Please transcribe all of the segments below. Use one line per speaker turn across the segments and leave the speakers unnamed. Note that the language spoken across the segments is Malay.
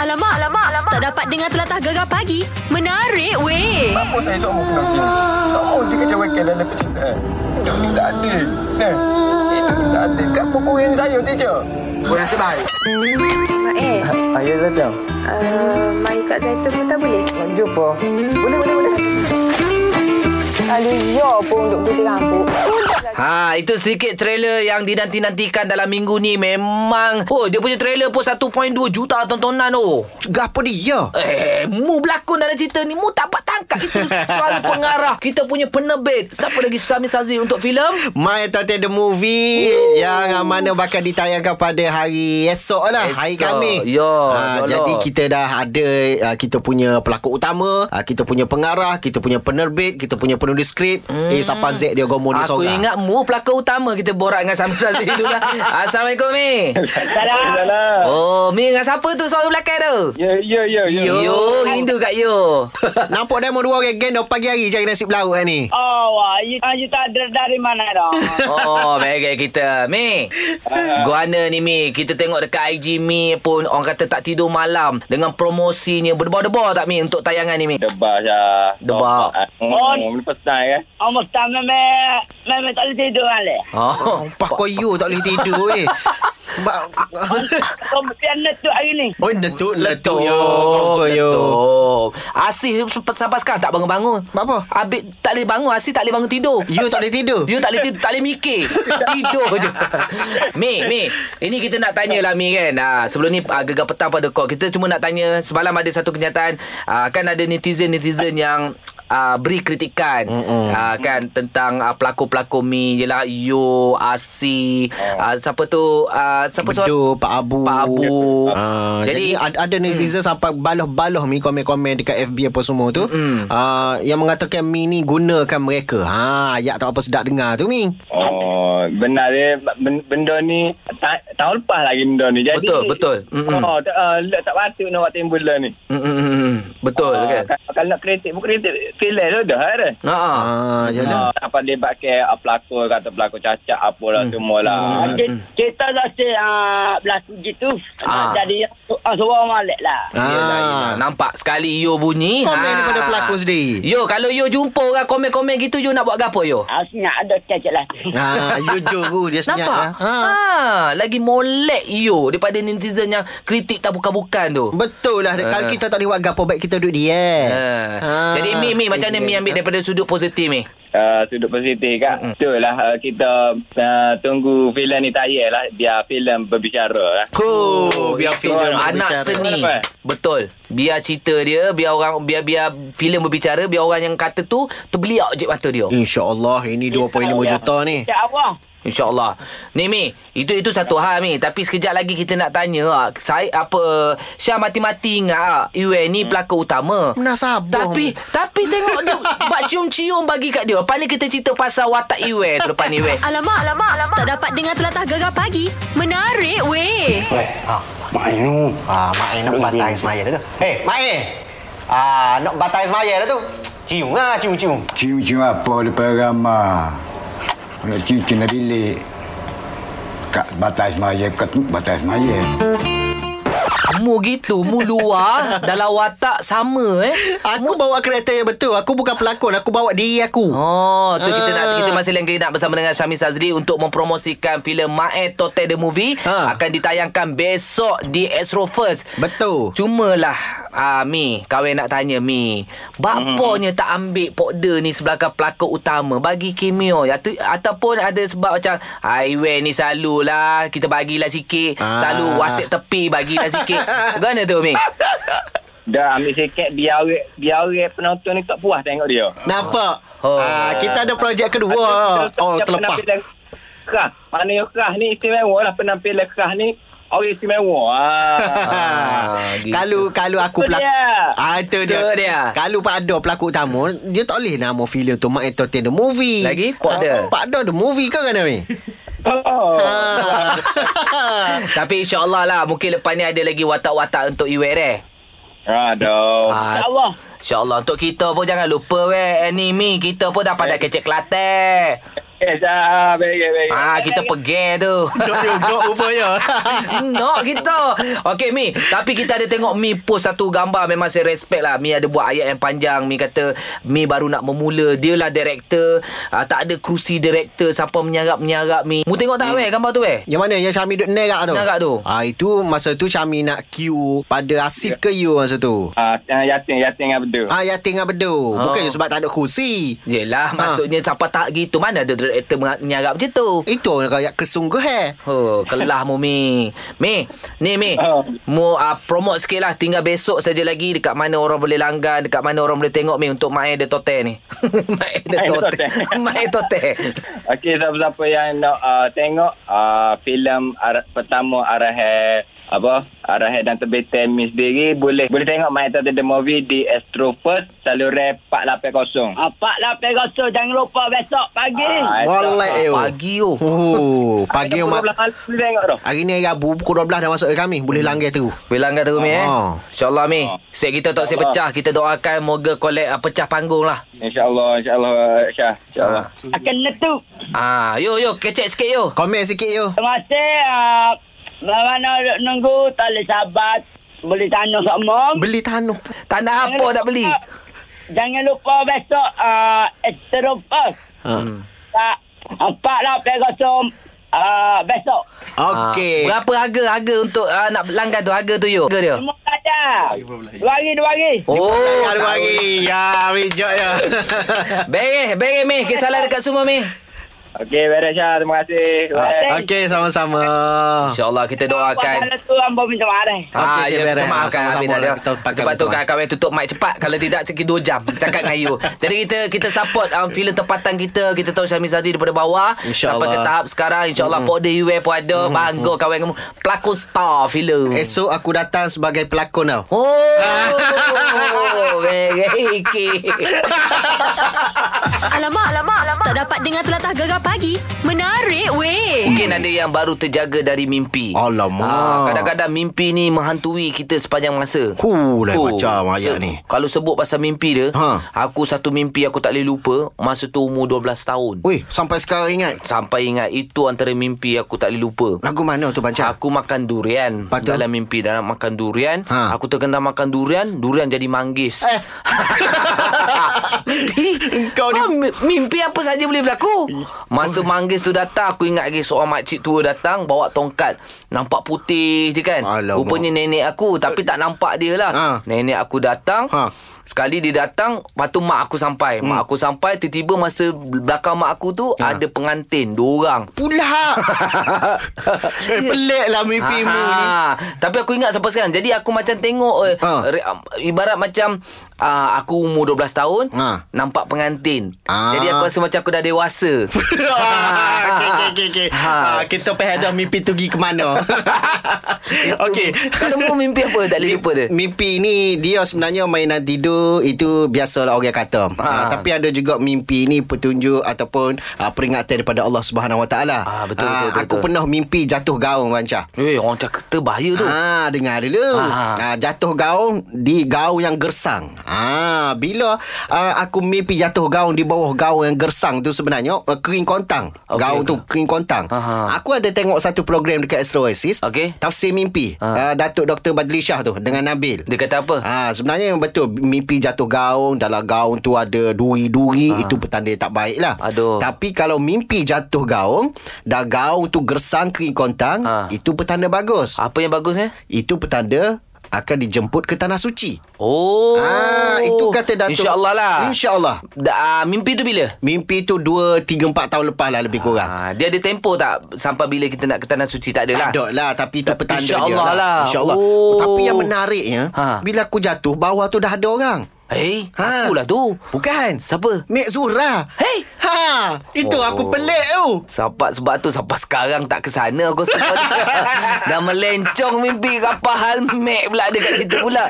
Alamak, alamak, alamak. Tak dapat dengar telatah gegar pagi. Menarik weh.
Mampus saya esok pun kena pilih. Tak mahu dikecewakan dalam percintaan. Hidup ni tak eh? adil. Nah, hidup ni tak adil. Kat pukulin saya, teacher. Kurang sebaik.
Mak eh,
Ayah lah tau.
uh, mai kat Zaitun pun tak boleh?
Nak jumpa. Boleh, boleh, boleh.
Aduh, ya pun untuk putih rambut. Sudahlah.
Ha, itu sedikit trailer yang dinanti-nantikan dalam minggu ni memang. Oh, dia punya trailer pun 1.2 juta tontonan oh.
Gapa dia?
Eh, mu berlakon dalam cerita ni Mu tak dapat tangkap Itu suara pengarah Kita punya penerbit Siapa lagi Sami Sazri untuk filem?
My Tote The Movie Ooh. Yang mana bakal ditayangkan pada hari esok lah Hari
Esok.
Khamis
Ya,
ha,
betul.
Jadi kita dah ada uh, Kita punya pelakon utama uh, Kita punya pengarah Kita punya penerbit Kita punia penulis skrip hmm. Eh siapa Z dia gomo dia
Aku
seorang
ingat mu pelakon utama Kita borak dengan Sami Sazri dulu lah Assalamualaikum Mi
Salam.
Oh Mi dengan siapa tu suara belakang tu?
Ya, ya, ya, ya.
Yo, rindu kat yo
Nampak dah dua orang geng dah pagi hari cari nasi berlauk kan ni.
Oh, wah, you, ah, you tak ada dari mana dah.
Oh, bagai kita. Mi. Guana ni Mi, kita tengok dekat IG Mi pun orang kata tak tidur malam dengan promosinya berdebar-debar tak Mi untuk tayangan ni Mi?
Debak Syah.
Debak.
Oh, ni pesan ya.
Almost tak oh, memang, memang tak boleh tidur malih.
Oh.
Pak koyo tak boleh tidur eh. Ba-
Kau mesti anak tu hari ni.
Oh letup letup
Betul,
yo.
betul. Oh. Asih sampai sekarang tak bangun-bangun.
Buat apa?
Abid tak boleh bangun, Asih tak boleh bangun tidur.
You tak boleh tidur.
You tak boleh tidur, tak boleh mikir. Tidur je. Mi, Mi. Ini kita nak tanya lah Mi kan. Ha, sebelum ni ha, gegar petang pada kau. Kita cuma nak tanya semalam ada satu kenyataan ha, kan ada netizen-netizen yang Uh, beri kritikan uh, kan tentang uh, pelakon-pelakon Mi jelah Yo Asi uh, siapa tu uh, siapa tu
Ah. Bedu, Pak Abu
Pak Abu.
Ah,
Jadi-
jadi, ada, ada netizen hmm. sampai balah-balah mi komen-komen dekat FB apa semua tu hmm. uh, Yang mengatakan mi ni gunakan mereka ha, Ayat tak apa sedap dengar tu mi
Oh, benar dia. Ben- Benda ni, ta- tahun lepas lagi benda ni. Jadi,
Betul, betul. Mm-mm.
Oh, tak, uh, tak patut nak buat timbulan ni.
Mm, mm, mm, mm. Betul
Ah,
kan?
kalau- Kalau nak kritik, bukan kritik. Filem tu dah ada.
Ha ah.
ha,
Ah,
Yalah
apa dia pakai ah, pelakon kata pelakon cacat apalah
Mm.
semua lah.
Ah, ki- Kita dah si ah, berlaku gitu.
Ah.
Jadi, ah, seorang malik lah.
Ah.
Yelah, yelah. Nampak sekali Yo bunyi Ah.
Komen daripada pelakon sendiri.
Yo kalau Yo jumpa orang komen-komen gitu Yo nak buat gapo Yo
Ah, senyap ada kecil lah.
ha, You juru dia senyap
Nampak?
ya.
Ha. Lagi molek Yo Daripada netizen yang Kritik tak bukan-bukan tu
Betul lah uh. Kalau kita tak boleh buat gapo Baik kita duduk dia
Ha. Eh. Jadi Mi, Mi macam mana Mi ambil daripada sudut positif Mi?
Uh, sudut positif kak mm. Betul lah uh, Kita uh, Tunggu filem ni tayar lah Biar filem berbicara lah
Cool Biar
itu
filem
Oh, anak
berbicara.
seni.
Apa?
Betul. Biar cerita dia, biar orang biar biar filem berbicara, biar orang yang kata tu terbeliak je mata dia.
InsyaAllah Ini 2.5 juta ni
Ya Allah.
InsyaAllah Ni Mi Itu itu satu hal Mi Tapi sekejap lagi kita nak tanya ah, Saya apa Syah mati-mati ingat ah, Iwen ni pelakon utama
Menasabah
Tapi Tapi tengok dia Bak cium-cium bagi kat dia Paling kita cerita pasal watak Iwen tu Lepas ni Iwen
Alamak, alamak, alamak. Tak dapat dengar telatah gegar pagi. Menarik weh.
Ha, Mak Ain tu. Ah, Mak Ain nak batai semaya dah tu. Eh, Mak Ain. Ah, nak batai semaya dah tu. Cium lah, cium-cium.
Cium-cium apa lepas ramah. Nak cium-cium dari bilik. Kat batas maya, kat batas maya.
Mu gitu Mu luar Dalam watak sama eh
Aku bawa kereta yang betul. Aku bukan pelakon, aku bawa diri aku.
Oh, tu kita nak
Ah.
kita masih lagi nak bersama dengan Syamil Sazri untuk mempromosikan filem Mae Tote the Movie
Ha.
akan ditayangkan besok di Astro First.
Betul.
Cumalah ah, Mi, kawan nak tanya Mi. Bapaknya tak ambil podder ni sebagai pelakon utama bagi cameo ya, tu- ataupun ada sebab macam highway ni selalulah kita bagilah sikit,
Ah.
selalu wasit tepi bagilah sikit. Bagaimana tu Mi?
Dah ambil sikit Biar orang Biar orang penonton ni tak puas tengok dia
Nampak?
Oh.
Ah, kita ada projek kedua.
Ada-
Oh,
ada
terlepas.
penampilan Kerah Mana yang kerah ni Istimewa lah Penampilan kerah ni Orang istimewa ah.
Ah, gitu.
Kalau kalau aku
Itu
pelakon
dia.
ah, itu dia.
Itu dia.
Kalau Pak Ado pelakon utama, dia tak boleh nama filem tu Mak Entertain the movie. Ah,
Lagi, Pak Ado.
Pak Ado the movie ke kan ni?
Oh.
Ah.
Tapi insyaAllah lah Mungkin lepas ni ada lagi watak-watak untuk Iwer eh
Aduh
Ah,
Ya Allah.
InsyaAllah Untuk kita pun jangan lupa weh Anime kita pun dah pandai kecek Kelantan
Yes, ah, baik, baik.
Ah kita pergi tu
Dok juga rupanya.
Nak kita Okay Mi Tapi kita ada tengok Mi post satu gambar Memang saya respect lah Mi ada buat ayat yang panjang Mi kata Mi baru nak memula Dia lah director uh, Tak ada kerusi director Siapa menyarap-menyarap Mi Mu tengok tak weh gambar tu weh
Yang mana yang Syami duk nerak tu?
Nerak tu.
Ah itu masa tu Syami nak queue pada Asif ke you masa tu?
Ah, ah, yatim, yatim dengan betul.
Ah ya tengah
Oh.
bedu. Bukan sebab tak ada kursi.
Yelah Maksudnya siapa tak gitu Mana ada director menga- menyarap macam tu
Itu rakyat kesungguhan.
Oh, kelah mu Mi. Mi, ni Mi. Mu uh, promote sikit lah. Tinggal besok saja lagi dekat mana orang boleh langgan, dekat mana orang boleh tengok Mi untuk Mae de Tote ni. Mae de
Mae de
Tote.
Tote.
Mae Tote.
Okey, siapa-siapa yang nak uh, tengok uh, filem ar- pertama Arahai apa Arahai dan Tebetan Mi sendiri boleh boleh tengok My Tata The Movie di Astro First saluran 480.
Apa lah perasa jangan lupa besok pagi.
Ah,
Walai eh.
Pagi oh.
Oh, pagi
Pukul
umat.
12 malam boleh tengok tu.
Hari ni Rabu pukul 12 dah masuk ke kami. Boleh langgar tu.
Bilang kata Rumi eh.
Ah.
InsyaAllah Mi. Set kita tak saya pecah. Kita doakan moga kolek uh, pecah panggung lah.
InsyaAllah, insyaAllah, Syah. InsyaAllah.
Akan netuk.
Ah, yo yo kecek sikit yo.
Komen sikit yo.
Hmm.
Terima kasih. ah, Mana duk nunggu tak boleh sabar. Boleh tanya sama.
Beli tanah.
Tanah apa nak beli?
Jangan lupa besok uh, Eteropas.
Ha.
Tak. Empat lah perasa uh, besok.
Okey.
Ah, berapa harga harga untuk uh, nak langgan tu harga tu yo? Harga dia.
Semua saja. Dua hari, dua hari.
Oh,
Ada lagi. Ya, bijak ya.
Bereh, bereh Meh. Kesalahan dekat semua Meh.
Ah.
Oh.
Okey, beres Syah. Terima kasih.
Ah,
Okey, sama-sama.
InsyaAllah kita doakan.
Kalau tu ambo minta marah.
Okey,
Ah, ya,
okey, beres.
minta maafkan
Sama-sama
Amin
lah.
ada.
Kita pakai
Sebab tu
betul.
kawan-kawan tutup mic cepat. Kalau tidak, sekitar 2 jam. Cakap dengan you. Jadi kita kita support um, filem tempatan kita. Kita tahu Syamil Zazi daripada bawah.
InsyaAllah.
Sampai ke tahap sekarang. InsyaAllah. Mm. Pok de UA pun ada. Mm. Bangga kawan kamu. Pelakon star filem.
Hmm. Esok aku datang sebagai pelakon tau.
Oh, very
Alamak, alamak, alamak. Tak dapat dengar telatah gegar pagi. Menarik weh.
Mungkin ada yang baru terjaga dari mimpi.
Alamak.
Ah, kadang-kadang mimpi ni menghantui kita sepanjang masa.
Huh, lain macam ayat
Oh,
ni.
Kalau sebut pasal mimpi dia,
Ha.
ha. aku satu mimpi aku tak boleh lupa. Masa tu umur 12 tahun.
Weh, sampai sekarang ingat.
Sampai ingat itu antara mimpi aku tak boleh lupa.
Lagu mana tu Panca?
Aku makan durian
Lepas tu?
Dalam mimpi Dalam makan durian ha.
Ha.
Aku terkendal makan durian Durian jadi manggis
Eh.
Mimpi Kau
Kau ni-
ni Mimpi apa saja boleh berlaku Masa manggis tu datang Aku ingat lagi Seorang makcik tua datang Bawa tongkat Nampak putih je kan
Alamak.
Rupanya nenek aku Tapi tak nampak dia lah
Ha.
Nenek aku datang
Ha. Hmm.
Sekali dia datang Lepas tu mak aku sampai Mak aku sampai Tiba-tiba masa belakang mak aku tu
Ha.
Ada pengantin Dua orang
Pula. eh, pelik lah mimpimu ni.
Ah, Tapi aku ingat sampai sekarang. Jadi aku macam tengok eh,
Ha.
re, um, ibarat macam uh, aku umur 12 tahun
Ha.
nampak pengantin.
Ah.
Jadi aku rasa macam aku dah dewasa.
okey, okey, okey. Okay.
Ha.
Ha. kita payah dah mimpi tu pergi ke mana. okey.
Kalau mu mimpi apa tak boleh lupa dia.
Mimpi ni dia sebenarnya mainan tidur itu biasalah orang kata.
Ha.
Ha. tapi ada juga mimpi ni petunjuk ataupun uh, peringatan daripada Allah Subhanahu Wa Taala.
Ah, betul, betul,
Ah,
betul,
Aku
betul.
pernah mimpi jatuh gaung Banca.
Eh, orang cakap terbahaya tu.
Ha, dengar dulu. Ha.
Ah.
jatuh gaung di gaung yang gersang. Ha, bila uh, aku mimpi jatuh gaung di bawah gaung yang gersang tu sebenarnya uh, kering kontang. Okay,
Okey,
gaung tu
okey.
kering kontang.
Aha.
Aku ada tengok satu program dekat Astro Oasis.
Okey.
Tafsir mimpi. Uh, Datuk Dr. Badli Shah tu dengan Nabil.
Dia kata apa?
Ha, sebenarnya yang betul mimpi jatuh gaung dalam gaung tu ada duri-duri ha. itu petanda yang tak baik lah.
Ah. Aduh.
Tapi kalau mimpi jatuh gaung dan gaung tu gersang kering kontang ha.
Ha.
itu petanda bagus.
Apa yang eh? bagusnya?
Itu petanda akan dijemput ke tanah suci.
Oh.
Ah, itu kata Datuk.
InsyaAllah lah.
Insya-Allah.
Da, uh, mimpi tu bila?
Mimpi tu 2 3 4 tahun lepas lah lebih kurang.
Ha, dia ada tempo tak sampai bila kita nak ke tanah suci tak
Tak
adalah.
ada lah Tapi itu petanda dia
insyaAllah lah.
InsyaAllah
Oh.
Tapi yang menariknya
Ha.
Bila aku jatuh Bawah tu dah ada orang
Hei, Eh,
Ha.
akulah tu.
Bukan
Siapa?
Mek Zura
Hei!
Ha, itu
Oh.
oh. aku pelik tu.
Sebab, sebab tu sampai sekarang tak ke sana aku sebab dah melencong mimpi apa hal mek pula dekat situ pula.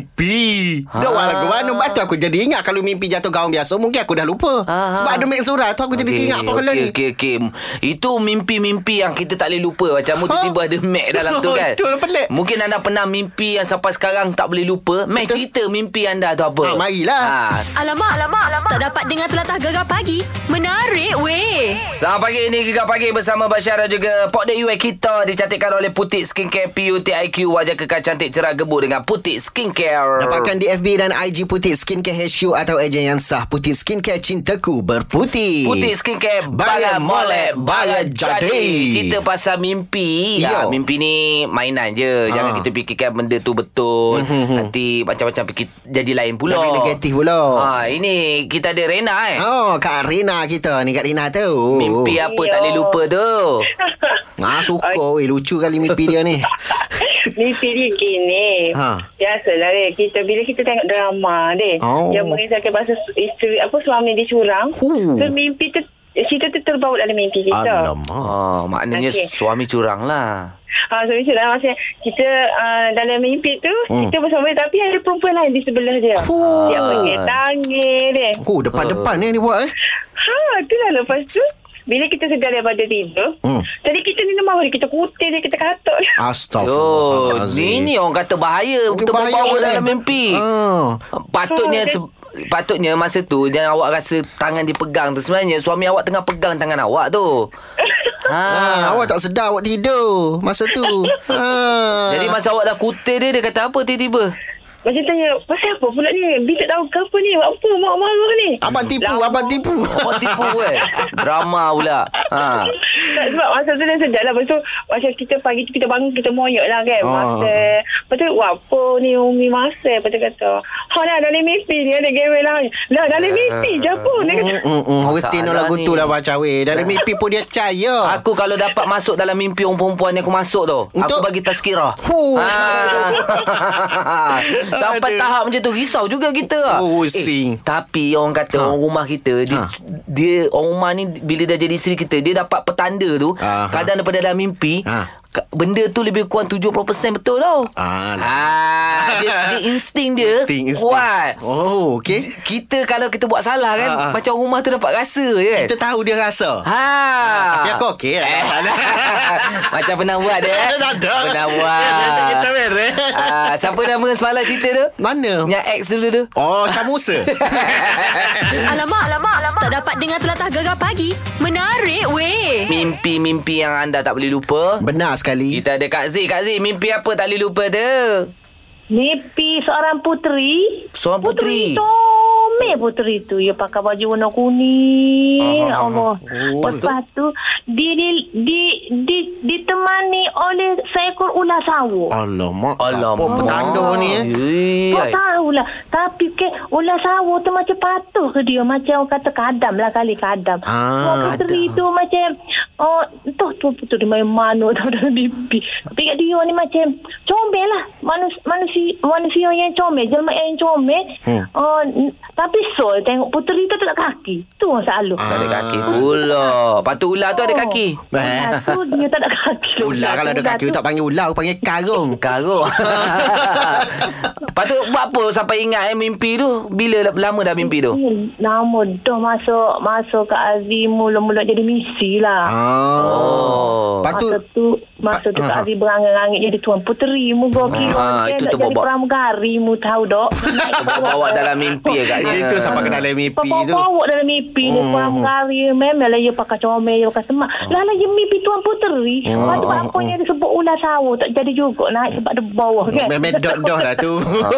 Mimpi ha. Dah walau ke mana Lepas tu aku jadi ingat Kalau mimpi jatuh gaun biasa Mungkin aku dah lupa
Ah,
Sebab ada mek surah tu Aku jadi teringat apa kalau
okey,
ni
Okey, okey. Itu mimpi-mimpi yang kita tak boleh lupa. Macam mu tiba-tiba ada Mac dalam tu kan.
Oh, Betul, pelik.
Mungkin anda pernah mimpi yang sampai sekarang tak boleh lupa. Mac cerita mimpi anda tu apa?
Ah, marilah.
Ha,
Alamak, alamak, alamak. Tak dapat dengar telatah gegar pagi. Menarik weh.
Selamat pagi ini Gegar pagi bersama Bashar dan juga Pok Dek UI kita dicantikkan oleh Putik Skincare PUTIQ wajah kekal cantik cerah gebur dengan Putik Skincare.
Dapatkan di FB dan IG Putih Skincare HQ Atau ejen yang sah Putih Skincare Cintaku Berputih
Putih skincare Bagai molek Bagai jadi Cerita pasal mimpi
Yo. Ah.
ya, Mimpi ni Mainan je Jangan kita fikirkan Benda tu betul Nanti macam-macam fikir Jadi lain pula
Hmm, Jadi negatif pula.
ha, Ini Kita ada Rena eh
Oh Kak Rina kita Ni Kak Rina tu
Mimpi apa
Yo.
tak boleh lupa tu
Ah suka weh Lucu kali mimpi dia ni
Mimpi dia gini
Ha.
Biasalah deh Kita bila kita tengok drama deh
Oh.
Yang mengisahkan pasal su- isteri Apa suami dia curang
Huh.
So mimpi tu Cerita tu terbawa dalam mimpi kita
Alamak
oh, Maknanya
Okey.
suami curang lah
Ha, so Richard lah maksudnya kita uh, dalam mimpi tu hmm. kita bersama dia tapi ada perempuan lain di sebelah dia.
Fuh.
Dia pergi tanggil dia.
Oh depan-depan eh ni buat eh
Ha, itulah lepas tu bila kita sedar daripada tidur,
Hmm.
hmm. tadi kita ni lemah dia, kita kutil dia, kita katuk.
Yo,
Astaghfirullahalazim
Ini orang kata bahaya
Itu
Kita
bahaya
membawa
kan?
dalam mimpi
Ah.
Patutnya
Oh, dia-
se- Patutnya masa tu Jangan awak rasa Tangan dipegang tu Sebenarnya suami awak tengah pegang Tangan awak tu
Ah,
ha.
awak tak sedar awak tidur masa tu. ha.
Jadi masa awak dah kutil dia Dia kata apa tiba-tiba
Macam tanya, pasal apa pula ni? Bila tak tahu ke apa ni? Buat apa? Mak marah ni?
abang tipu,
Lama.
abang tipu.
Awak tipu eh Drama pula ha.
Tak, sebab masa tu dah sedap lah. Lepas tu, macam kita pagi tu kita bangun, kita moyok lah kan.
Ah.
Masa. Lepas tu, "Wah, apa ni Umi masa? Lepas tu kata, ha lah, dalam mimpi ni ada gawe lah. Lah,
Ah.
dalam mimpi je apa? Dia kata,
Hmm, hmm,
Masalah
Retin lagu
ni.
tu lah baca weh. Dalam mimpi pun dia cahaya.
Aku kalau dapat masuk dalam mimpi orang perempuan yang aku masuk tu Aku
Untuk-
bagi tazkirah
Huh.
Ah. Sampai
Aduh.
tahap macam tu Risau juga kita
Oh, pusing.
eh, Tapi orang kata Orang rumah kita dia,
Ha.
dia Orang rumah ni Bila dah jadi isteri kita Dia dapat petanda tu
Aha.
Kadang daripada dalam mimpi
Ha.
ka- Benda tu lebih kurang 70% betul tau
Alah.
ah, dia, dia insting dia
Insting, insting.
Kuat
Oh, okey.
Kita kalau kita buat salah kan
Ha, ha.
Macam orang rumah tu dapat rasa je kan
Kita tahu dia rasa.
Ha.
Tapi aku okey lah. Tak masalah.
Macam pernah buat dia. eh?
Tak ada. Ha.
Pernah buat.
Biasa kita beres.
Ah, siapa nama semalam cerita tu?
Mana?
Yang ex dulu tu.
Oh, Samusa.
Alamak, alamak, alamak. Tak dapat dengar telatah gegar pagi. Menarik weh.
Mimpi-mimpi yang anda tak boleh lupa.
Benar sekali.
Kita ada Kak Z. Kak Z, mimpi apa tak boleh lupa tu?
Mimpi seorang puteri.
Seorang puteri.
Comel puteri tu. Dia pakai baju warna kuning.
Ah, ah, ah.
Allah.
Oh.
Lepas tu, dia, di, di, di, ditemani oleh seekor ular sawo.
Alamak.
Alamak.
Apa petanda ni eh?
Yee,
Tak
ai.
tahu lah. Tapi ke ular sawo tu macam patuh ke dia. Macam orang kata kadam lah kali kadam.
Ah,
Orang puteri tu macam oh entah tu puteri main mana tau dalam mimpi. Tapi kat dia ni macam comel lah. Manus, manusia, manusia yang comel. Jelma yang comel.
Hmm.
Oh, n- tapi sol tengok puteri tu tak ada kaki. Tu masalah.
Tak ada kaki pula. Lepas tu ular tu ada
Oh.
kaki.
Ular Ah, tu dia tak ada kaki.
Eh. Ular kalau ada kaki tak panggil ular, panggil karung.
Karung. Lepas tu buat apa sampai ingat eh mimpi tu? Bila lama dah mimpi tu?
Ni Lama dah Hmm, masuk masuk ke Azri mula-mula jadi misi lah.
Ah. Oh. Lepas tu
masa tu masa tu
Pa-
Kak
ah.
Azri berangin-angin jadi tuan puteri mu gua kira
Ah,
dia
itu
nak jadi
terbobak.
pramugari mu tahu dok.
Bawa dalam mimpi agaknya.
Dia tu sampai kena dalam mimpi tu.
Bawa dalam mimpi dia pramugari memang lah dia pakai comel dia pakai semak. Lah lah dia mimpi tuan puteri. Lepas tu apa yang disebut ular sawo tak jadi juga naik sebab dia bawah kan.
Memang dot-dot lah tu.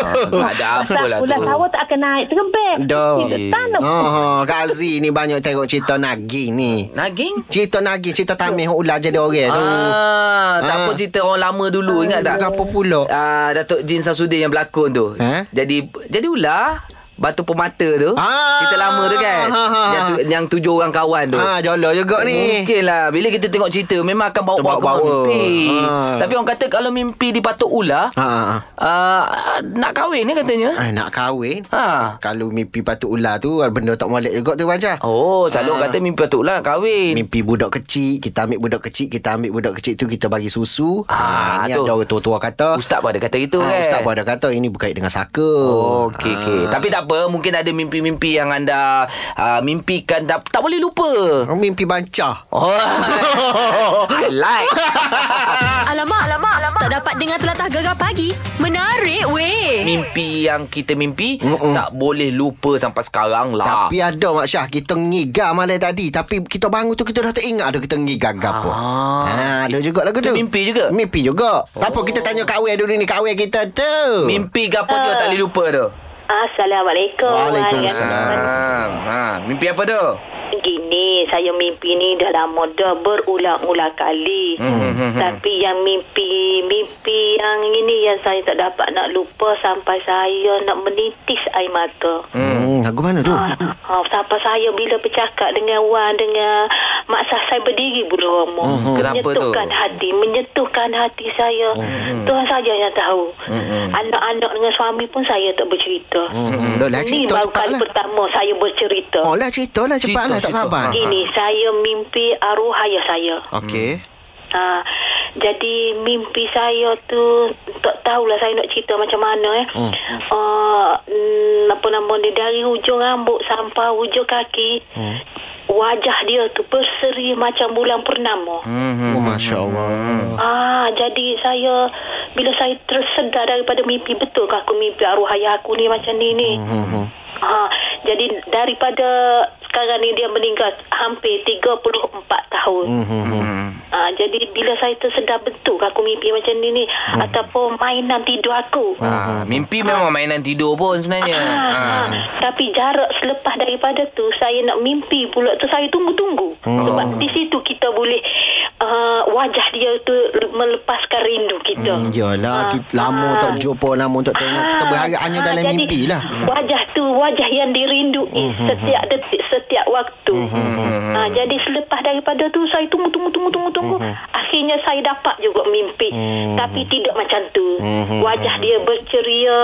Tak ada apa lah
Ular
tu.
sawo tak akan naik terbang.
Dok.
Dia tanam
Oh, Kak Aziz ni banyak tengok cerita nagi ni.
Naging?
Cerita nagi, cerita tamih orang ular jadi orang tu.
Ah, tak
Ah.
apa cerita orang lama
Ah.
dulu ingat tak?
Apa pula?
Ah, Datuk Jin Samsudin yang berlakon tu.
Eh?
Jadi jadi ular Batu Pemata tu
Ah.
Cerita lama tu kan
Ha, ha, ha.
Yang, tu, yang tujuh orang kawan tu
Ha, jolo juga ni.
Mungkin lah Bila kita tengok cerita Memang akan bawa-bawa ke
Terbawa-bawa.
mimpi
Ha.
Tapi orang kata Kalau mimpi dipatuk ular
Ha, ha, ha.
uh, Nak kahwin ni katanya
Eh, nak kahwin.
Ha.
Kalau mimpi patut ular tu ah, benda tak molek juga tu macam.
Oh selalu orang kata mimpi patuk ular nak kahwin
Ah. Mimpi budak kecil Kita ambil budak kecil Kita ambil budak kecil tu Kita bagi susu
Ah,
ah, Ni
tu.
ada orang tua-tua kata
Ustaz pun ada kata gitu
Ah,
kan
Ustaz pun ada kata Ini berkait dengan saka Ah.
Oh, okey okey. Tapi tak apa, mungkin ada mimpi-mimpi yang anda uh, mimpikan tak, tak boleh lupa.
Orang Ah, Mimpi bancah
Oh. I like.
Alamak, alamak, alamak. Tak dapat dengar telatah gegar pagi. Menarik weh.
mimpi yang kita mimpi Mm-mm. tak boleh lupa sampai sekarang lah.
Tapi ada Mak Syah Kita ngiga malam tadi Tapi kita bangun tu Kita dah tak ingat dah Kita ngiga gapo ah. Ada juga lagu tu
mimpi juga?
Mimpi juga oh. Tak apa kita tanya Kak Wei dulu ni Kak Wei kita tu
mimpi gapo dia tak boleh lupa tu.
Assalamualaikum.
Waalaikumsalam
Ha, mimpi apa tu?
Gini, saya mimpi ni dah lama dah berulang-ulang kali.
hmm,
Tapi yang mimpi, mimpi yang ini yang saya tak dapat nak lupa sampai saya nak menitis air mata.
hmm, Lagu mana tu?
Ha, sampai saya bila bercakap dengan Wan, dengan Mak Sah, saya berdiri bulu romo.
Mhm. Kenapa tu?
menyetuhkan hati, menyetuhkan hati saya. Tuhan saja yang tahu. Anak-anak dengan suami pun saya tak bercerita.
Hmm, Dah lah
Ini
cerita
baru
cepat
kali
lah
pertama saya bercerita.
Oh lah cerita lah cepat
Cerita,
lah Tak
cerita.
sabar
Ha.
Gini, saya mimpi arwah ayah saya.
Okey
Ha, jadi mimpi saya tu tak tahulah saya nak cerita macam mana eh. Hmm. Uh, mm, apa nama dia dari hujung rambut sampai hujung kaki. Hmm. Wajah dia tu berseri macam bulan purnama. Hmm.
oh, Masya Allah
Hmm.
Ah, jadi saya bila saya tersedar daripada mimpi betul ke aku mimpi arwah ayah aku ni macam ni ni. Hmm. Ah, jadi daripada sekarang ni dia meninggal hampir 34 tahun.
Hmm.
Ah, jadi bila saya tersedar betul ke aku mimpi macam ni ni ataupun mainan tidur aku.
Ha, mimpi memang mainan tidur pun sebenarnya. Ha.
Ah, tapi jarak selepas daripada tu saya nak mimpi pula tu saya tunggu-tunggu
Hmm.
sebab di situ kita boleh uh, wajah dia tu melepaskan rindu kita.
Hmm, yalah,
Ah,
kita lama
ah.
tak jumpa, lama tak tengok. Kita berharap hanya dalam
jadi
mimpi lah.
Hmm.
Wajah tu wajah yang dirindui setiap detik, setiap waktu.
Hmm,
Ha, jadi selepas daripada tu saya tunggu tunggu tunggu tunggu tunggu.
Hmm,
Akhirnya saya dapat juga mimpi. Tapi tidak macam tu.
Hmm,
Wajah dia berceria.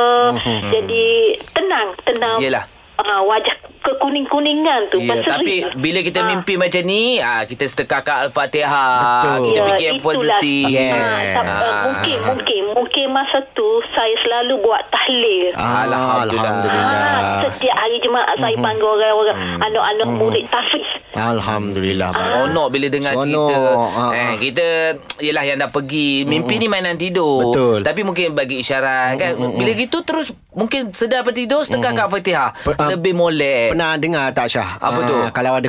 Jadi tenang, tenang.
Yelah.
Ah, wajah kekuning-kuningan tu
Ya, tapi bila kita
Ah.
mimpi macam ni, ah kita setekakak Al-Fatihah, kita fikir yang positif.
Yeah.
Ah, tak, ah,
Ah.
mungkin, mungkin, mungkin masa tu saya selalu buat tahlil.
Alhamdulillah.
Ah,
Alhamdulillah.
setiap hari jemaat saya panggil orang-orang anak-anak murid tafiz.
Alhamdulillah.
Seronok bila dengar
Seronok.
cerita
Ha, ha.
eh, Kita Yelah yang dah pergi Mimpi ni mainan tidur
Betul.
Tapi mungkin bagi isyarat kan Bila gitu terus Mungkin sedar bertidur Setengah kat Fatihah
Pe- ah,
Lebih molek
Pernah dengar tak Syah? Ah,
Apa tu?
Kalau ada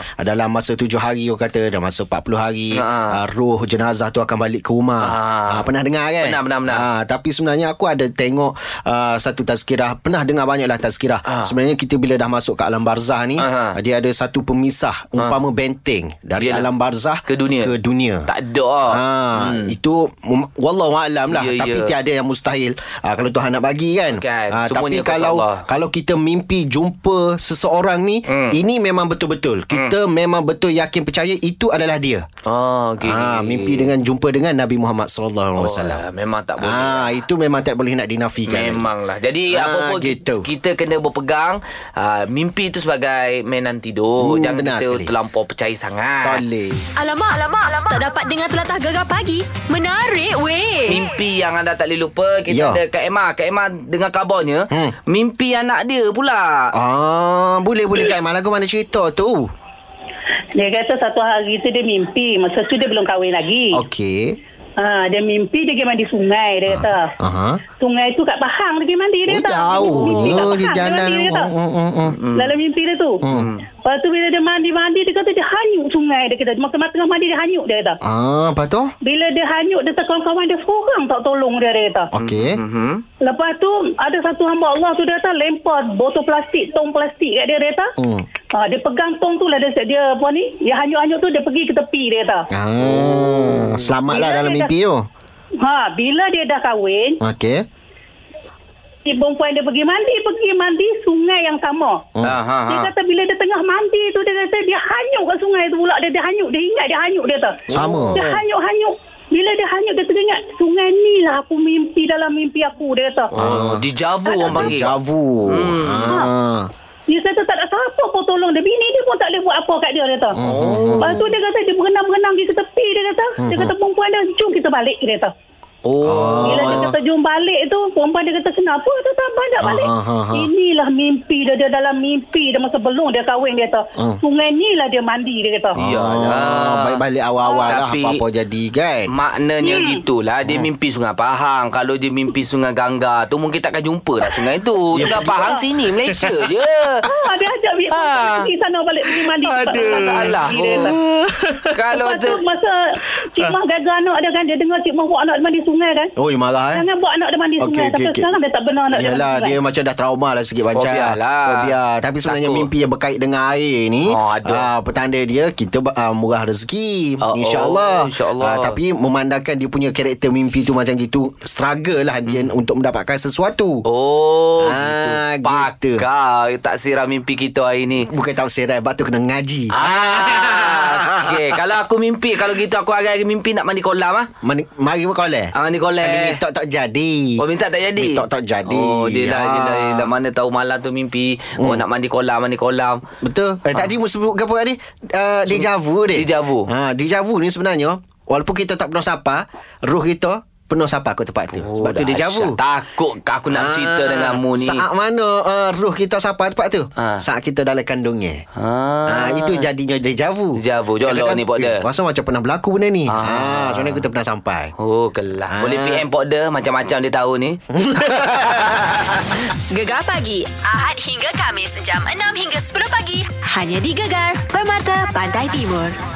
Ha.
ha. dalam masa tujuh hari orang kata dalam masa 40 hari
Ha.
ha. roh jenazah tu akan balik ke rumah.
Ha.
Ha. pernah dengar kan?
Pernah, pernah, pernah.
Ha, tapi sebenarnya aku ada tengok uh, satu tazkirah. Pernah dengar banyaklah tazkirah.
Ha.
Sebenarnya kita bila dah masuk ke alam barzah ni
Aha.
dia ada satu pemisah umpama benteng dari
Yalah.
alam barzah
Ah. Ke dunia.
Ke dunia.
Tak ada lah.
Ha, hmm. itu mem- wallahu alam lah
Ya,
yeah, tapi
ya.
yeah. tiada yang mustahil. Ha, kalau Tuhan nak bagi kan.
Kan,
Ah,
semuanya
tapi
kuasa
kalau
Allah.
kalau kita mimpi jumpa seseorang ni, hmm. ini memang betul-betul.
Hmm.
Kita memang betul yakin percaya itu adalah dia.
Oh okay.
Ha, mimpi dengan jumpa dengan Nabi Muhammad sallallahu
oh,
alaihi wasallam.
lah, Memang tak boleh
Ah, itu memang tak boleh nak dinafikan.
Memanglah. Jadi
Ah,
apa pun
gitu.
kita kena berpegang uh, mimpi itu sebagai mainan tidur.
Hmm,
Jangan
benar
kita
sekali.
terlampau percaya sangat.
Tak boleh.
Alamak, alamak, alamak. Tak dapat dengar telatah gegar pagi. Menarik weh.
Mimpi yang anda tak boleh lupa Kita
Ya.
ada Kak Emma Kak Emma dengan kabarnya hmm. Mimpi anak dia pula
Ah, boleh boleh Kak Iman lagu mana cerita tu?
Dia kata satu hari tu dia mimpi. Masa tu dia belum kahwin lagi. Okay.
Okey.
Ha, dia mimpi dia pergi mandi sungai, dia kata.
Ah, Aha.
Sungai tu kat Pahang dia pergi mandi, dia
Oh,
kata.
jauh.
Mimpi kat
Oh,
Pahang
di
dia
jalan. Hmm.
mandi, dia kata.
Mm, mm, mm, mm.
Dalam mimpi dia tu. Lepas tu bila dia mandi-mandi, dia kata dia hanyut sungai. Dia kata, masa tengah mandi dia hanyut, dia kata.
Ah, apa tu?
Bila dia hanyut, dia kata kawan-kawan dia seorang tak tolong dia, dia kata.
Okey.
Hmm
Lepas tu ada satu hamba Allah tu dia kata lempar botol plastik, tong plastik kat dia dia kata.
Hmm.
Ha, dia pegang tong tu lah dia, dia apa ni, yang hanyut-hanyut tu dia pergi ke tepi dia kata.
Ah, selamatlah
Bila
dalam
dia
mimpi tu.
Ha, bila dia dah kahwin,
Okey.
si perempuan dia pergi mandi, pergi mandi sungai yang sama.
Oh.
Ha, ha, ha.
Dia kata bila dia tengah mandi tu dia kata dia hanyut kat sungai tu pula dia, dia hanyut dia ingat dia hanyut dia tak.
Sama.
Dia hanyut-hanyut bila dia hanyut dia teringat sungai ni lah aku mimpi dalam mimpi aku dia
Ah.
kata.
Oh, deja vu orang panggil.
Javu. Hmm. Ha.
Dia kata tak ada siapa pun tolong dia. Bini dia pun tak boleh buat apa kat dia dia kata. Oh. Lepas tu dia kata dia berenang-berenang di ke tepi dia kata. Dia kata perempuan dia jom kita balik dia kata.
Oh.
Bila dia kata jom balik tu Perempuan dia kata kenapa tu tak banyak balik
Ah, ya. Ah, ah, ah, ah.
Inilah mimpi dia Dia dalam mimpi dia Masa belum dia kahwin dia kata Sungai ni lah dia mandi dia
Ah,
kata
Iyalah.
balik-balik awal-awal lah
Tapi-
apa-apa jadi kan.
Maknanya hmm. gitulah Dia mimpi Sungai Pahang Kalau dia mimpi Sungai Gangga tu Mungkin takkan jumpa lah sungai tu
Ya,
Sungai Pahang sini Malaysia je
Ah, dia ajak biar
Ah.
pergi sana balik pergi mandi sebab tak ada
Salah
mandi, dia kata.
oh. Kalau
lah. Lepas
tu
tu masa Cik Mah gagal anak dia kan Dia dengar Cik Mah buat anak dia mandi sungai kan
Oi marah eh.
Jangan buat anak dia mandi sungai
Okey,
Tapi
okey, okey.
sekarang dia tak benar anak dia
Yalah
mandi
dia
sungai
macam dah trauma lah sikit macam
Fobia lah.
Fobia Tapi sebenarnya
Takut.
mimpi yang berkait dengan air ni
Oh, ada.
ah, Petanda dia kita uh, murah rezeki
Oh,
InsyaAllah
oh, insyaAllah.
Ah, Tapi memandangkan dia punya karakter mimpi tu macam gitu Struggle lah dia untuk mendapatkan sesuatu
Oh
Ah,
gitu.
gitu.
Pakar Tak sirah mimpi kita hari ni
Bukan tak serai Sebab tu kena ngaji
Ah, okay. Kalau aku mimpi Kalau gitu aku hari-hari mimpi Nak mandi kolam ah.
Mani, Mari berkoleh
Ah, mandi kolam
Kalau minta tak jadi
Oh minta tak jadi
Minta tak jadi
Oh dia lah
Ah. Hmm.
dia lah, dia lah. Mana tahu malam tu mimpi Oh nak mandi kolam Mandi kolam
Betul. Eh, tadi mu sebut apa tadi? Uh, deja vu
Ah.
dia.
Deja vu.
Ha, deja vu ni sebenarnya walaupun kita tak pernah sapa, roh kita pernah sapa ke tempat tu. Oh, Sebab tu deja vu.
Takut aku nak cerita
Ah,
denganmu ni
Saat mana uh, roh kita sapa tempat tu?
Ah.
Saat kita dalam kandungnya.
Ah.
Ah, itu jadinya deja vu.
Deja vu. Jolok
Kadang-kadang,
ni, Pak Dek.
eh, Rasa macam pernah berlaku benda ni.
Ah.
Ah, sebenarnya kita pernah sampai.
Oh kelah
Ah.
Boleh PM pot dia Macam-macam dia tahu ni
Gegar pagi Ahad hingga Kamis jam 6 hingga 10 pagi hanya di Gegar Permata Pantai Timur.